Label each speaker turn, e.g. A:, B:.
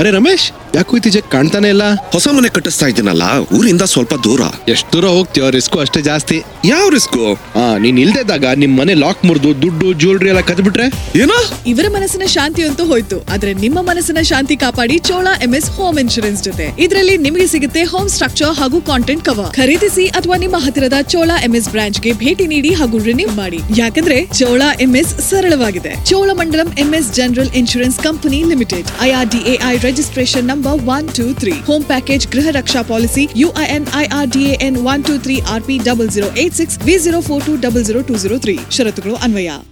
A: ಅರೆ ರಮೇಶ್ ಯಾಕೂ ಇತ್ತೀಚೆಗೆ ಕಾಣ್ತಾನೆ ಇಲ್ಲ
B: ಹೊಸ ಮನೆ ಕಟ್ಟಿಸ್ತಾ ಇದ್ದೀನಲ್ಲ ಊರಿಂದ ಸ್ವಲ್ಪ ದೂರ
A: ಎಷ್ಟು ದೂರ ಹೋಗ್ತೀಯೋ ರಿಸ್ಕು ಅಷ್ಟೇ ಜಾಸ್ತಿ
B: ಯಾವ ರಿಸ್ಕು
A: ಆ ನೀನ್ ಇಲ್ದಿದ್ದಾಗ ನಿಮ್ ಮನೆ ಲಾಕ್ ಮುರಿದು ದುಡ್ಡು ಜ್ಯುವೆಲ್ರಿ ಎಲ್ಲ ಕದ್ಬಿಟ್ರೆ
B: ಏನೋ
C: ಇವರ ಮನಸ್ಸಿನ ಶಾಂತಿಯಂತೂ ಹೋಯ್ತು ಆದ್ರೆ ನಿಮ್ಮ ಮನಸ್ಸಿನ ಶಾಂತಿ ಕಾಪಾಡಿ ಚೋಳ ಎಂಎಸ್ ಹೋಮ್ ಇನ್ಶೂರೆನ್ಸ್ ಜೊತೆ ಇದರಲ್ಲಿ ನಿಮಗೆ ಸಿಗುತ್ತೆ ಹೋಮ್ ಸ್ಟ್ರಕ್ಚರ್ ಹಾಗೂ ಕಾಂಟೆಂಟ್ ಕವರ್ ಖರೀದಿಸಿ ಅಥವಾ ನಿಮ್ಮ ಹತ್ತಿರದ ಚೋಳ ಎಂಎಸ್ ಬ್ರಾಂಚ್ಗೆ ಭೇಟಿ ನೀಡಿ ಹಾಗೂ ರಿನ್ಯೂ ಮಾಡಿ ಯಾಕಂದ್ರೆ ಚೋಳ ಎಂಎಸ್ ಸರಳವಾಗಿದೆ Cholamandalam MS general insurance company limited IRDAI registration number one two three home package Griha Raksha policy UIN IRDAN one two three RP double zero eight six V zero four two double zero two zero three ಷರತ್ತುಗಳು ಅನ್ವಯ